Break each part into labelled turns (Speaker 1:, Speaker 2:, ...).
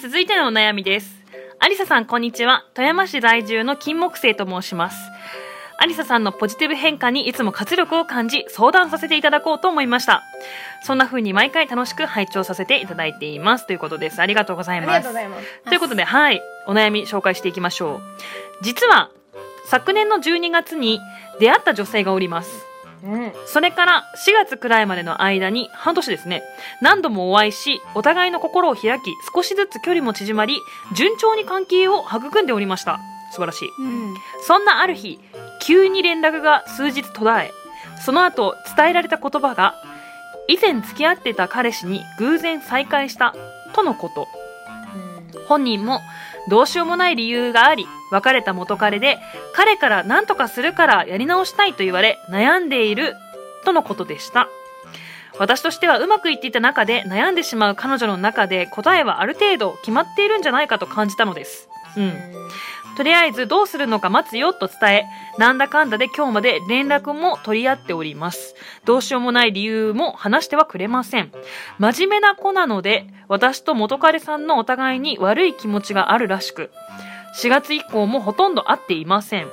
Speaker 1: 続いてのお悩みですありささんこんにちは富山市在住の金木星と申しますありささんのポジティブ変化にいつも活力を感じ相談させていただこうと思いましたそんな風に毎回楽しく拝聴させていただいていますということですありがとうござ
Speaker 2: あ
Speaker 1: い
Speaker 2: り
Speaker 1: ま
Speaker 2: が
Speaker 1: す
Speaker 2: とうございます。
Speaker 1: ということで、はい、お悩み紹介していきましょう。実は、昨年の12月に出会った女性がおります。
Speaker 2: うん。
Speaker 1: それから4月くらいまでの間に半年ですね、何度もお会いし、お互いの心を開き、少しずつ距離も縮まり、順調に関係を育んでおりました。素晴らしい。
Speaker 2: うん。
Speaker 1: そんなある日、急に連絡が数日途絶え、その後伝えられた言葉が、以前付き合ってた彼氏に偶然再会した、とのこと。本人もどうしようもない理由があり別れた元彼で彼から何とかするからやり直したいと言われ悩んでいるとのことでした私としてはうまくいっていた中で悩んでしまう彼女の中で答えはある程度決まっているんじゃないかと感じたのですうんとりあえずどうするのか待つよと伝えなんだかんだで今日まで連絡も取り合っておりますどうしようもない理由も話してはくれません真面目な子なので私と元彼さんのお互いに悪い気持ちがあるらしく4月以降もほとんど会っていません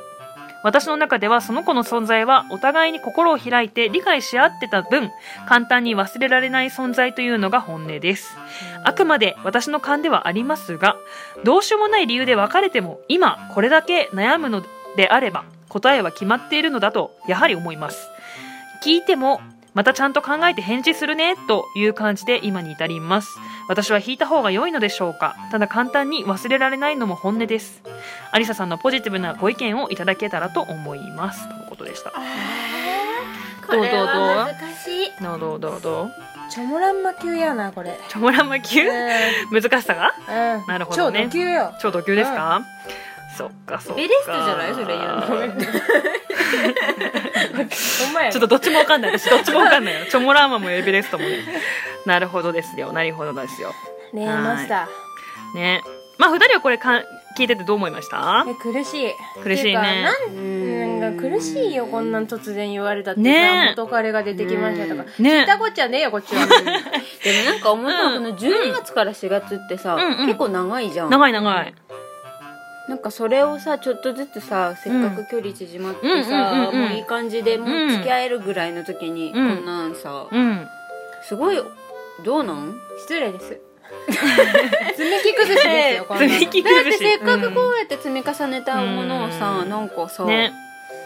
Speaker 1: 私の中ではその子の存在はお互いに心を開いて理解し合ってた分簡単に忘れられない存在というのが本音ですあくまで私の勘ではありますがどうしようもない理由で別れても今これだけ悩むのであれば答えは決まっているのだとやはり思います聞いてもまたちゃんと考えて返事するねという感じで今に至ります私は引いた方が良いのでしょうかただ簡単に忘れられないのも本音ですありささんのポジティブなご意見をいただけたらと思いますとのことでした
Speaker 2: あーこ
Speaker 1: どうどうどう
Speaker 2: れは難しい。
Speaker 1: どうどうどうどう
Speaker 2: チョモランマ級やな、これ。
Speaker 1: チョモランマ級
Speaker 2: うん。う
Speaker 1: 難しさが
Speaker 2: ん。
Speaker 1: なるほどね
Speaker 2: 超ド級よ。
Speaker 1: 超ド級ですか、そっかそっか
Speaker 3: ベレストじゃないそれ言うの
Speaker 2: ほんまや
Speaker 1: ちょっとどっちもわかんない私どっちもわかんないよチョモラーマもエベレストもね なるほどですよなるほどですよ
Speaker 2: ねえ、マスタ
Speaker 1: ねまあ二人はこれかん聞いててどう思いました
Speaker 2: ー。え、苦しい。
Speaker 1: 苦しいね
Speaker 2: てかなん
Speaker 3: うん
Speaker 2: なんか苦しいよこんなん突然言われたってさ、
Speaker 1: ねえ
Speaker 2: 元彼が出てきましたとか、
Speaker 1: ね
Speaker 2: 聞いたこっちゃねえよこっちは
Speaker 3: でもなんか思ったのこ
Speaker 1: うん
Speaker 3: の12月から4月ってさ、
Speaker 1: うんうん
Speaker 3: 結構長いじゃん
Speaker 1: 長い長い
Speaker 3: なんかそれをさちょっとずつさせっかく距離縮まって
Speaker 1: うんうん
Speaker 3: さ、
Speaker 1: うんうんうん
Speaker 3: もういい感じでもう付き合えるぐらいの時に、こんなんさ、
Speaker 1: うん
Speaker 3: すごいどうなん
Speaker 2: 失 礼です積み木崩しですよこんなの
Speaker 1: 積み木
Speaker 3: だっ
Speaker 1: 崩
Speaker 3: て
Speaker 1: し
Speaker 3: せっかくこうやって積み重ねたものをさ、
Speaker 1: うん
Speaker 3: なんかさ、
Speaker 1: ね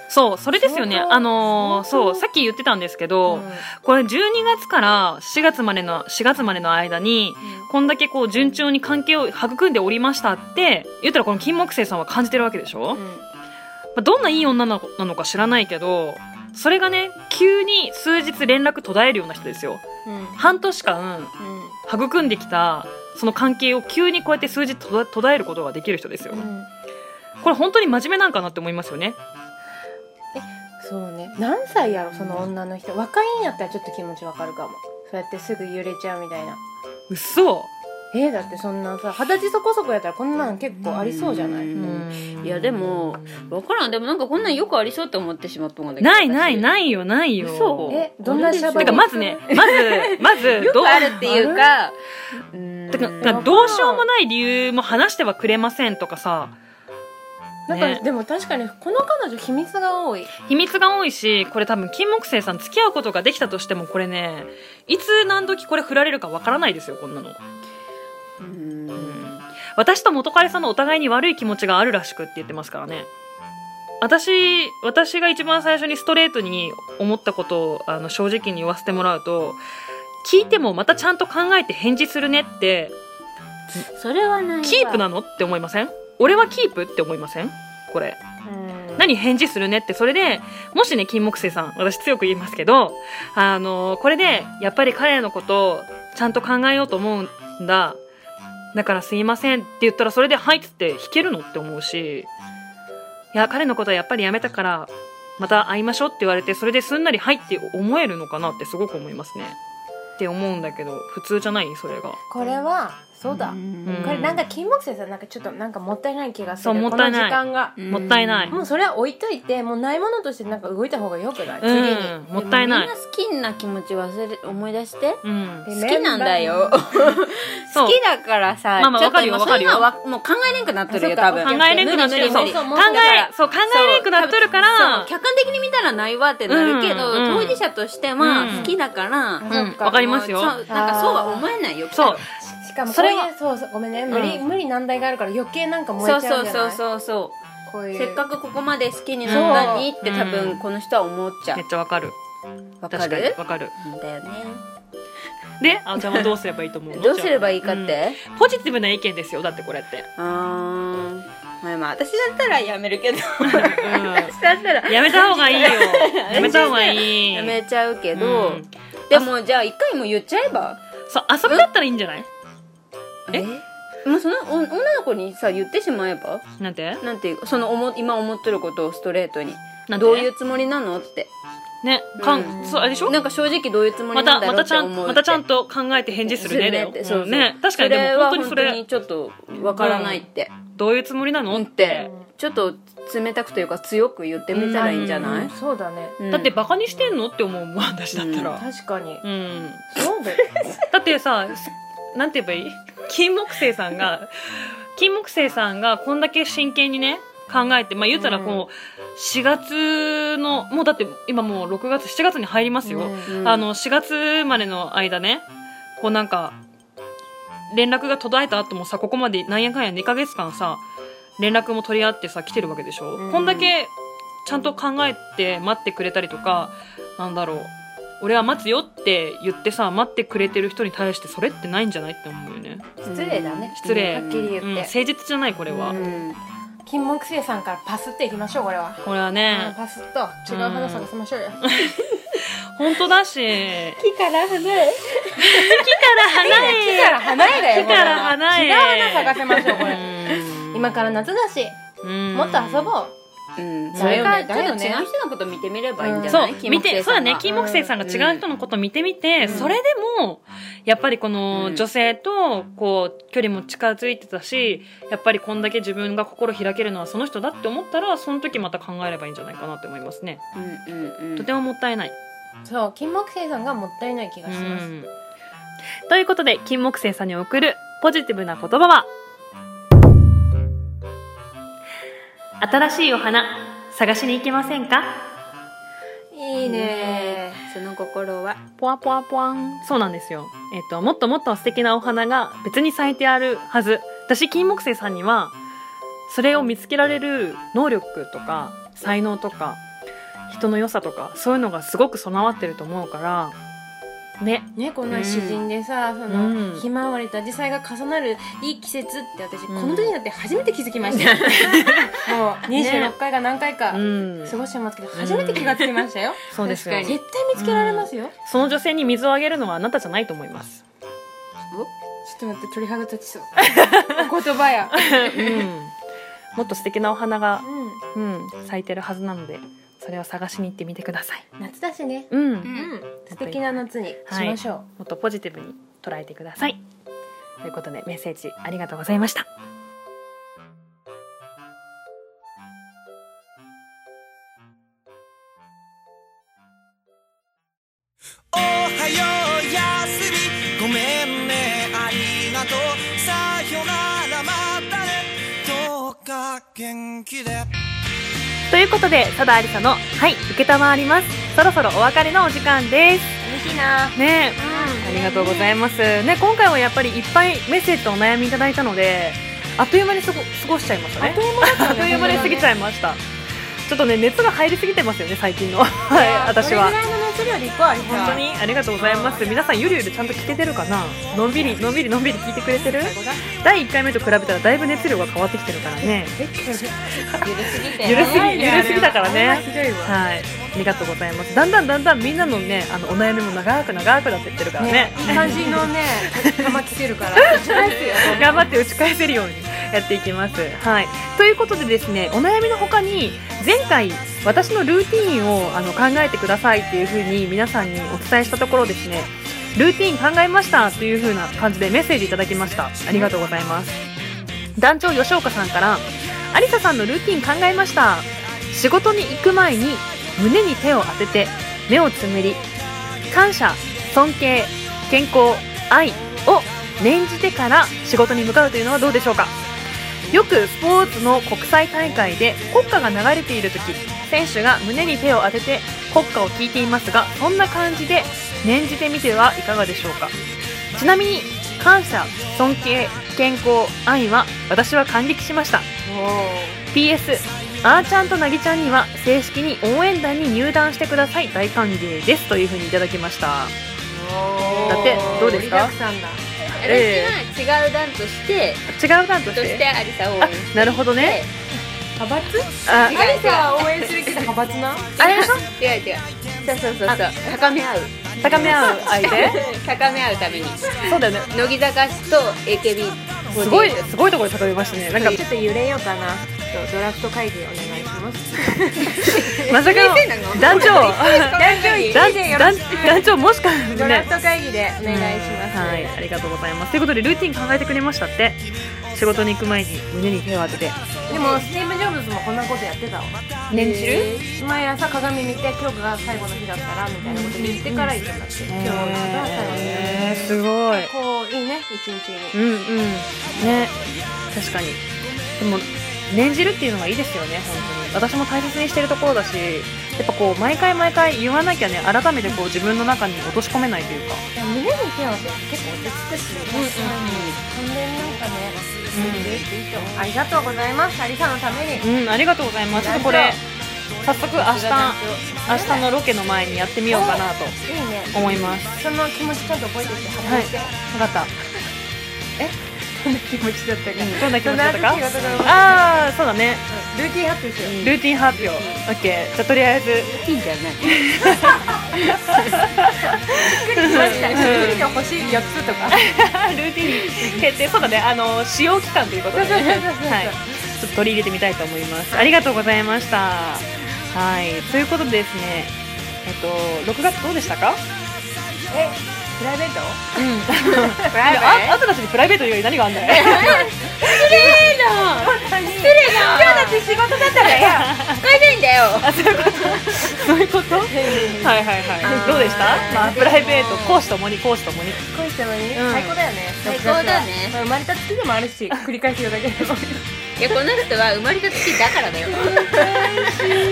Speaker 1: そうそれですよね
Speaker 2: 相当
Speaker 1: あのー
Speaker 2: 相
Speaker 1: そう
Speaker 2: 当
Speaker 1: さっき言ってたんですけど、
Speaker 2: うん
Speaker 1: これ12月から4月までの4月までの間にこんだけこう順調に関係を育んでおりましたって言ったらこの金木星さんは感じてるわけでしょ、
Speaker 2: うん
Speaker 1: まあどんないい女なのなのか知らないけどそれがね急に数日連絡途絶えるような人ですよ
Speaker 2: うん
Speaker 1: 半年間育んできたその関係を急にこうやって数日途絶途絶えることができる人ですよ
Speaker 2: うんうん
Speaker 1: これ本当に真面目なんかなって思いますよね
Speaker 2: そうね何歳やろその女の人若いんやったらちょっと気持ちわかるかもそうやってすぐ揺れちゃうみたいな
Speaker 1: うっそ
Speaker 2: えー、だってそんなさ二十歳そこそこやったらこんなん結構ありそうじゃない、
Speaker 3: う
Speaker 1: うんん
Speaker 3: いやでも分からんでもなんかこんなんよくありそうって思ってしまったもんだけど
Speaker 1: ないない
Speaker 3: い
Speaker 1: ないよないよ
Speaker 3: 嘘
Speaker 2: えどんなシャバ
Speaker 1: てかまずねまずまず
Speaker 3: よ
Speaker 1: どう
Speaker 3: くあるっていうかうーん
Speaker 1: てかなんかどうしようもない理由も話してはくれませんとかさ
Speaker 2: なんか、
Speaker 1: ね
Speaker 2: でも確かにこの彼女秘密が多い
Speaker 1: 秘密が多いしこれ多分金木星さん付き合うことができたとしてもこれねいつ何時これ振られるかわからないですよこんなの、
Speaker 3: うー
Speaker 1: うんん、私と元彼さんのお互いに悪い気持ちがあるらしくって言ってますからね私私が一番最初にストレートに思ったことをあの正直に言わせてもらうと聞いてもまたちゃんと考えて返事するねって
Speaker 3: それはないわ
Speaker 1: キープなのって思いません俺はキープって思いませんこれ
Speaker 2: うん
Speaker 1: 何返事するねってそれでもしね金木星さん私強く言いますけどあのこれでやっぱり彼のことをちゃんと考えようと思うんだだからすいませんって言ったらそれで「はい」っつって弾けるのって思うしいや彼のことはやっぱりやめたからまた会いましょうって言われてそれですんなり「はい」って思えるのかなってすごく思いますねって思うんだけど普通じゃないそれが
Speaker 2: これはそうだ、
Speaker 3: ん
Speaker 2: これなんか金木犀さんなんかちょっとなんかもったいない気がする
Speaker 1: そうもったいない
Speaker 2: この時間が、
Speaker 1: もったいない
Speaker 2: もうそれは置いといてもうないものとしてなんか動いた方がよくない、
Speaker 1: う
Speaker 2: 次に
Speaker 1: んもったいな
Speaker 3: で
Speaker 1: い
Speaker 3: もみんな好きな気持ち忘れ思い出して
Speaker 1: うん
Speaker 2: で
Speaker 3: 好きなんだよ
Speaker 1: そう
Speaker 3: 好きだからさ
Speaker 1: まあまあ
Speaker 3: ちょっと
Speaker 1: わかるよ
Speaker 3: 今そういうのは
Speaker 1: わ
Speaker 3: わもう考えれんくなっとるよ
Speaker 2: あそっか
Speaker 3: 多分
Speaker 2: オ
Speaker 1: 考
Speaker 2: ッケー
Speaker 1: えれんくなってる
Speaker 2: 無
Speaker 1: そう
Speaker 2: 理無
Speaker 1: 考
Speaker 2: 理無理そうもうだから
Speaker 1: えそう考えれんくなっとるか
Speaker 3: そう
Speaker 1: ら
Speaker 3: 客観的に見たらないわってなるけど、
Speaker 1: うん
Speaker 3: 当事者としては
Speaker 1: うん
Speaker 3: 好きだから、
Speaker 2: うん
Speaker 1: うんわかりますよ
Speaker 3: もうそうなんかそうは思えないよ
Speaker 1: そう
Speaker 2: しかも
Speaker 1: そ
Speaker 2: こう
Speaker 1: れ
Speaker 2: い
Speaker 1: は
Speaker 2: うそうそうごめんね無理、
Speaker 1: う
Speaker 2: 無理難題があるから余計なんか燃
Speaker 3: そ
Speaker 2: え
Speaker 3: う
Speaker 2: ちゃうん
Speaker 3: そう
Speaker 2: じゃ
Speaker 3: そ
Speaker 2: ない
Speaker 3: うそうそう
Speaker 2: こういう
Speaker 3: せっかくここまで好きになったのにって
Speaker 1: そう
Speaker 3: 多分この人は思っちゃう
Speaker 1: めっちゃわかる
Speaker 3: わか
Speaker 1: 確かに
Speaker 3: る
Speaker 1: わかる
Speaker 3: うんだよね
Speaker 1: であちゃんはどうすればいいと思うの
Speaker 3: どうすればいいかっ
Speaker 1: じゃ
Speaker 3: て、
Speaker 1: あうんポジティブな意見ですよだってこれって
Speaker 3: あーまあまあ私だったらやめるけど
Speaker 1: う
Speaker 3: 私だったら
Speaker 1: んやめた方がいい よやめた方がいい
Speaker 3: やめちゃうけど、
Speaker 1: うん
Speaker 3: でもじゃあ一回も言っちゃえば
Speaker 1: そうあそこだったらいいんじゃないえ
Speaker 3: もうそのお女の子にさ言ってしまえば
Speaker 1: なんて
Speaker 3: なんていうその思今思ってることをストレートに
Speaker 1: なんて
Speaker 3: どういうつもりなのって
Speaker 1: ねか
Speaker 3: うんん
Speaker 1: そうあれでしょ
Speaker 3: なんか正直どういうつも
Speaker 1: ま
Speaker 3: りなん
Speaker 1: た
Speaker 3: だ
Speaker 1: ま
Speaker 3: ろう
Speaker 1: た
Speaker 3: っ
Speaker 1: ち
Speaker 3: て
Speaker 1: ゃ
Speaker 3: 思
Speaker 1: ん
Speaker 3: う
Speaker 1: またちゃん
Speaker 3: と
Speaker 1: と考えて返事するねだよ
Speaker 3: ってそう
Speaker 1: う
Speaker 3: そ
Speaker 1: ん
Speaker 3: う
Speaker 1: ね確かにでも本当にそ
Speaker 3: は本当
Speaker 1: れ
Speaker 3: にちょっとわからないって、
Speaker 1: どういうつもりなの
Speaker 3: うん
Speaker 1: っ
Speaker 3: って
Speaker 1: て
Speaker 3: ちょっと冷たくというか強く言ってみたらいいんじゃない、
Speaker 1: う
Speaker 2: そうだね
Speaker 3: うん
Speaker 1: だってバカにしてんのって思うもん私だったら
Speaker 2: 確かに
Speaker 1: うん
Speaker 2: そうだよ
Speaker 1: だってさすなんて言えばいい金木犀さんが金木犀さんがこんだけ真剣にね考えてまあ言ったらこう4月のもうだって今もう6月7月に入りますよ、
Speaker 3: うん
Speaker 1: あの4月までの間ねこうなんか連絡が途絶えた後もさここまでなんやかんや2ヶ月間さ連絡も取り合ってさ来てるわけでしょ、
Speaker 2: うん
Speaker 1: こんだけちゃんと考えて待ってくれたりとかなんだろう俺は待つよって言ってさ待ってくれてる人に対してそれってないんじゃないって思うよね、
Speaker 2: 失礼だね
Speaker 1: 失礼
Speaker 2: はっきり言っ
Speaker 1: う
Speaker 2: て、
Speaker 1: ん、誠実じゃないこれは、
Speaker 3: うん
Speaker 2: 金木犀さんからパスっていきましょうこれは、
Speaker 1: これは
Speaker 2: うん
Speaker 1: ね、
Speaker 2: パスッと違う花探しましょうよ、
Speaker 1: 本当 だし
Speaker 2: 木から花へ
Speaker 1: 花
Speaker 2: 木から花へだよ
Speaker 1: 木から花へ
Speaker 2: これは違う花探せましょうこれ
Speaker 1: うん
Speaker 2: 今から夏だし
Speaker 1: うん
Speaker 2: もっと遊ぼう
Speaker 3: うん、
Speaker 2: だ
Speaker 3: それ
Speaker 2: よ
Speaker 3: か
Speaker 2: ね
Speaker 3: ちょ
Speaker 2: だ
Speaker 3: っと
Speaker 2: よ
Speaker 3: 違う
Speaker 2: ね
Speaker 3: 人のこと見てみればいいんじゃ
Speaker 1: そ
Speaker 3: な
Speaker 1: う
Speaker 3: い、
Speaker 1: 見てそうだね
Speaker 3: キ
Speaker 1: 金木犀さんが違う人のこと見てみて、
Speaker 3: うん
Speaker 1: それでもやっぱりこの
Speaker 3: うん
Speaker 1: 女性とこう距離も近づいてたしやっぱりこんだけ自分が心開けるのはその人だって思ったらその時また考えればいいんじゃないかなって思いますね、
Speaker 3: うんうんうん
Speaker 1: とてももったいない、
Speaker 2: そう金木犀さんがもったいない気がします、
Speaker 1: うんということで金木犀さんに送るポジティブな言葉は新しいお花探しに行けませんか
Speaker 2: いいね
Speaker 3: その心は
Speaker 1: ポワポワポワンそうなんですよ、えっともっともっと素敵なお花が別に咲いてあるはず私金木犀さんにはそれを見つけられる能力とか才能とか人の良さとかそういうのがすごく備わってると思うからね
Speaker 2: ねこんな詩人でさ、そ
Speaker 1: うん
Speaker 2: のひまわりと紫陽花が重なるいい季節って私、
Speaker 1: うん
Speaker 2: この時になって初めて気づき ましたよもう26回が何回か、
Speaker 1: うん
Speaker 2: 過ごしてますけど初めて気がつきましたよ、
Speaker 1: そうですよ
Speaker 3: 確かに
Speaker 2: 絶対見つけられますよ、ちょ
Speaker 1: その女性に水をあげるのはあなたじゃないと思います
Speaker 2: っと待って鳥肌立 ちそうお言葉や、
Speaker 1: うんもっと素敵なお花が、
Speaker 2: う
Speaker 1: うん、咲いてるはずなのでそれを探しに行ってみてください、
Speaker 2: ん、夏だしね、
Speaker 1: うん
Speaker 3: う
Speaker 2: うんん、素敵な夏にしましょう、
Speaker 1: もっとポジティブに捉えてくださいということでメッセージありがとうございました
Speaker 4: おはようやすみごめんねありがとうさよならまたねどうか元気で
Speaker 1: ということで佐田ありさのはい承りますそろそろお別れのお時間です
Speaker 2: 楽しいな
Speaker 1: ねえ
Speaker 2: うん
Speaker 1: ありがとうございますね今回はやっぱりいっぱいメッセージとお悩みいただいたのであっという間にすご過ごしちゃいました
Speaker 2: あっ
Speaker 1: ね
Speaker 2: という間だったね
Speaker 1: あっという間に過ぎちゃいましたちょっとね熱が入りすぎてますよね最近のはい私は
Speaker 2: これぐらいの熱量でいこうあり
Speaker 1: 本当にありがとうございます皆さんゆるゆるちゃんと聞けてるかなのんびりのんびりのんびり聞いてくれてる第1回目と比べたらだいぶ熱量が変わってきてるからね
Speaker 2: ゆるすぎて
Speaker 1: ゆるすぎ
Speaker 2: やばい
Speaker 1: ゆ
Speaker 2: ね
Speaker 1: るすぎだからね
Speaker 2: あれはひどいわ
Speaker 1: はいありがとうございますだんだんだんだんみんなのねあのお悩みも長く長くなってってるからね
Speaker 2: ね、いい感じのね、 玉来てるから。一緒ですよ。
Speaker 1: 頑張って打ち返せるようにやっていきます。はい、ということでですねお悩みの他に前回私のルーティンをあの考えてくださいっていうふうに皆さんにお伝えしたところですねルーティン考えましたという風な感じでメッセージいただきましたありがとうございます団長吉岡さんから「ありささんのルーティン考えました仕事に行く前に胸に手を当てて目をつむり感謝尊敬健康愛を念じてから仕事に向かうというのはどうでしょうかよくスポーツの国際大会で国歌が流れている時選手が胸に手を当てて国歌を聴いていますがそんな感じで念じてみてはいかがでしょうかちなみに感謝尊敬健康愛は私は感激しました PS あーちゃんとなぎちゃんには正式に応援団に入団してください大歓迎ですというふうにいただきました
Speaker 2: おー
Speaker 1: だってどうですか
Speaker 2: 盛りだくさんだ
Speaker 1: ええ
Speaker 3: 私は違う団として
Speaker 1: 違う団と
Speaker 3: と
Speaker 1: し
Speaker 3: して
Speaker 1: て
Speaker 3: アリサを応
Speaker 1: あ
Speaker 3: 援して
Speaker 1: なるほどね
Speaker 2: 派閥
Speaker 1: あ
Speaker 3: 違う
Speaker 2: アリサは応援するけど派閥な
Speaker 1: あれでしょ
Speaker 3: 違う違うそうそうそうそう高め合う
Speaker 1: 高め合う相手
Speaker 3: 高め合うために
Speaker 1: そうだよね
Speaker 3: 乃木坂氏と AKB
Speaker 1: すごいすごいところで例えましたねなんか
Speaker 2: ちょっと揺れようかなちょっとドラフト会議お願 いします
Speaker 1: まさかの
Speaker 3: 先生なの
Speaker 1: 団長
Speaker 2: 団長一
Speaker 1: 団
Speaker 2: 位でよろしく
Speaker 1: 団長もしか
Speaker 2: ドラ
Speaker 1: ね
Speaker 2: フト会議でお願いします、
Speaker 1: はい、ありがとうございます。ということで、ルーティン考えてくれましたって、仕事に行く前に胸に手を当てて、
Speaker 2: でもスティーブ・ジョブズもこんなことやってたわ
Speaker 3: 念じる
Speaker 2: 毎朝鏡見て今日が最後の日だったらみたいなこと言ってから行くんだって、今日が最後の
Speaker 1: えー、すごい。
Speaker 2: 日こういいね一日
Speaker 1: う
Speaker 2: に
Speaker 1: んうん。ね、確かに。でも、念じるっていうのがいいですよね、本当に。私も大切にしてるところだし、やっぱこう、毎回毎回言わなきゃね、改めてこう、自分の中に落とし込めないというか。
Speaker 2: 胸に手を当てて結構落ち着くし確かに完全になんかね
Speaker 1: うん
Speaker 2: できていいと思うありがとうございますありさのために
Speaker 1: うん、ありがとうございます。ちょっとこれ、早速明日、明日のロケの前にやってみようかなと
Speaker 2: いいね
Speaker 1: 思います。
Speaker 2: その気持ちちゃんと覚えておいて発
Speaker 1: はい
Speaker 2: 表して、
Speaker 1: 分かった。
Speaker 2: どんな気持ちだったか、
Speaker 1: どんな気持ちだったか
Speaker 2: そんな仕事が
Speaker 1: ああそうだね
Speaker 2: ルーティン発表しよう、
Speaker 1: ルーティン発表 OK じゃあとりあえず
Speaker 3: いいんじゃない
Speaker 2: びっくりしましたびっくりが欲しい4つとか
Speaker 1: ルーティン決定そうだねあの使用期間ということでね
Speaker 2: そうそうそうそうそう
Speaker 1: はいちょっと取り入れてみたいと思いますありがとうございましたはいということでですねえっと6月どうでしたか
Speaker 2: えプライベート
Speaker 3: プライベ
Speaker 1: ああんたたちにプライベート以外に何があんだ よ
Speaker 2: 失礼な今日だって仕事だったらよ
Speaker 3: ート使えないんだよ
Speaker 1: あそういうことそういうことはいはいはいどうでしたまあプライベート講師ともに講師ともに
Speaker 2: 恋したのに、
Speaker 1: ん
Speaker 2: 最高だよね
Speaker 3: 最高だね
Speaker 2: まあ生まれた月でもあるし繰り返すよだけでも
Speaker 3: いやこの人は生まれた時だからだよ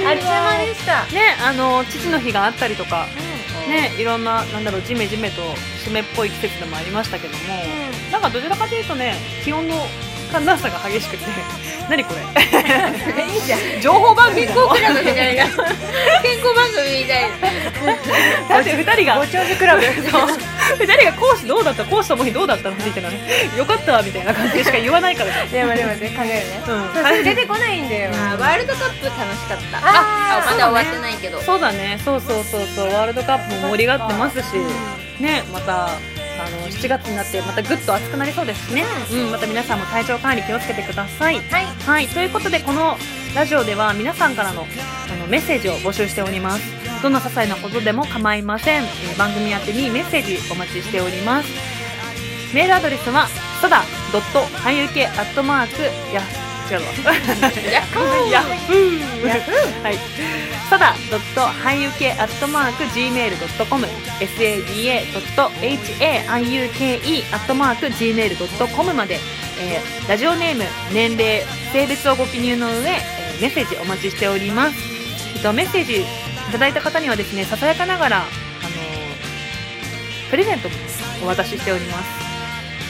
Speaker 2: ありさまでした
Speaker 1: ねあの父の日があったりとかね、いろんな、なんだろう、ジメジメと湿っぽい季節でもありましたけども、なんかどちらかというとね、気温の寒暖差が激し くて、何これ、
Speaker 2: いいじゃん
Speaker 1: 情報番組
Speaker 3: 健
Speaker 1: な
Speaker 3: 康
Speaker 1: の
Speaker 3: クラブみたいな 健康番組みたいな
Speaker 1: だって2人が、
Speaker 2: ご長寿クラブ
Speaker 1: 2人が講師どうだった、講師ともにどうだったのみたいなね、よかったみたいな感じでしか言わないからね。
Speaker 2: でもでもね考えるね、
Speaker 1: うん
Speaker 2: そうそれ出てこないんだよ
Speaker 3: あーワールドカップ楽しかった
Speaker 2: あー
Speaker 3: あまだ終わってないけど
Speaker 1: そうだね、そうそうそうそう、ワールドカップも盛り上がってますし、ね、また。あの7月になってまたぐっと暑くなりそうですしね、うん、また皆さんも体調管理気をつけてください。
Speaker 2: はい
Speaker 1: はい、ということでこのラジオでは皆さんからのあのメッセージを募集しておりますどんな些細なことでも構いません、えー番組宛てにメッセージお待ちしておりますメールアドレスはただドット俳優系アットマークいや違うわ
Speaker 3: やっほー
Speaker 1: ヤッフー はいただドット俳優系アットマーク gmail.com sada.haiuke アットマーク gmail.com までえーラジオネーム年齢性別をご記入の上、えーメッセージお待ちしております、えっと、メッセージいただいた方にはですねささやかながら、あのープレゼントもお渡ししております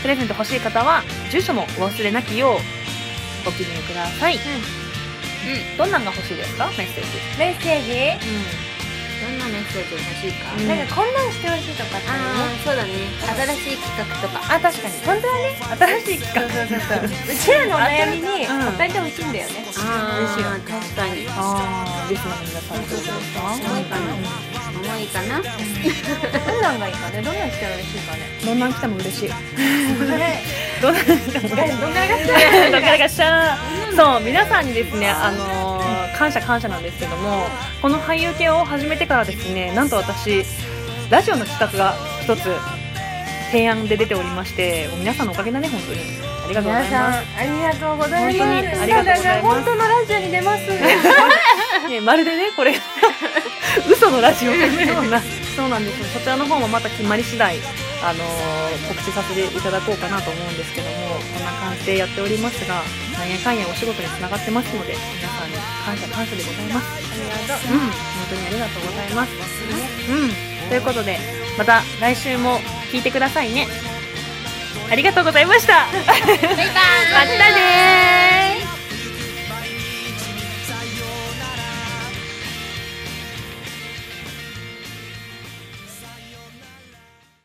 Speaker 1: プレゼント欲しい方は住所もお忘れなきようご記入ください、どんなんが欲しいですかメッセージ、
Speaker 2: メッセージ
Speaker 3: どんなメッセージ欲しいか、
Speaker 1: うん
Speaker 2: なんかこんなんしてほしいとかって
Speaker 3: ああそうだね新しい企画とか
Speaker 2: あ確かに本当はね
Speaker 1: 新しい企
Speaker 2: そうそうそうそううちらのお悩みに
Speaker 1: うん
Speaker 2: 答えてほしいんだよね、
Speaker 3: あ
Speaker 2: 嬉しいわ
Speaker 3: ー確かに
Speaker 1: ああリスナーの皆さんどうです
Speaker 3: 重いかな
Speaker 1: か
Speaker 3: 重いかな
Speaker 2: どんなんがいいかねどんなんしたら嬉しいかね
Speaker 1: どんなん来ても嬉しい
Speaker 2: それ
Speaker 1: どんなん来ても嬉しい
Speaker 2: どんなんが好き
Speaker 1: だからがしゃーそう皆さんにですねあのー感謝感謝なんですけどもこの俳優系を始めてからですねなんと私ラジオの企画が一つ提案で出ておりまして皆さんのおかげだね本当にありがとうございます
Speaker 2: ありがとうご
Speaker 1: 本
Speaker 2: ざいます
Speaker 1: 当にありがとうございます
Speaker 2: 本当のラジオに出ます
Speaker 1: ね、まるでね これ嘘のラジオのようなそうなんですよそちらの方もまた決まり次第あのー告知させていただこうかなと思うんですけどもこんな感じでやっておりますがなんやかんやお仕事につながってますので皆さんに感謝感謝でございますうん本当にありがとうございます、うんということでまた来週も聞いてくださいねありがとうございましたまたねー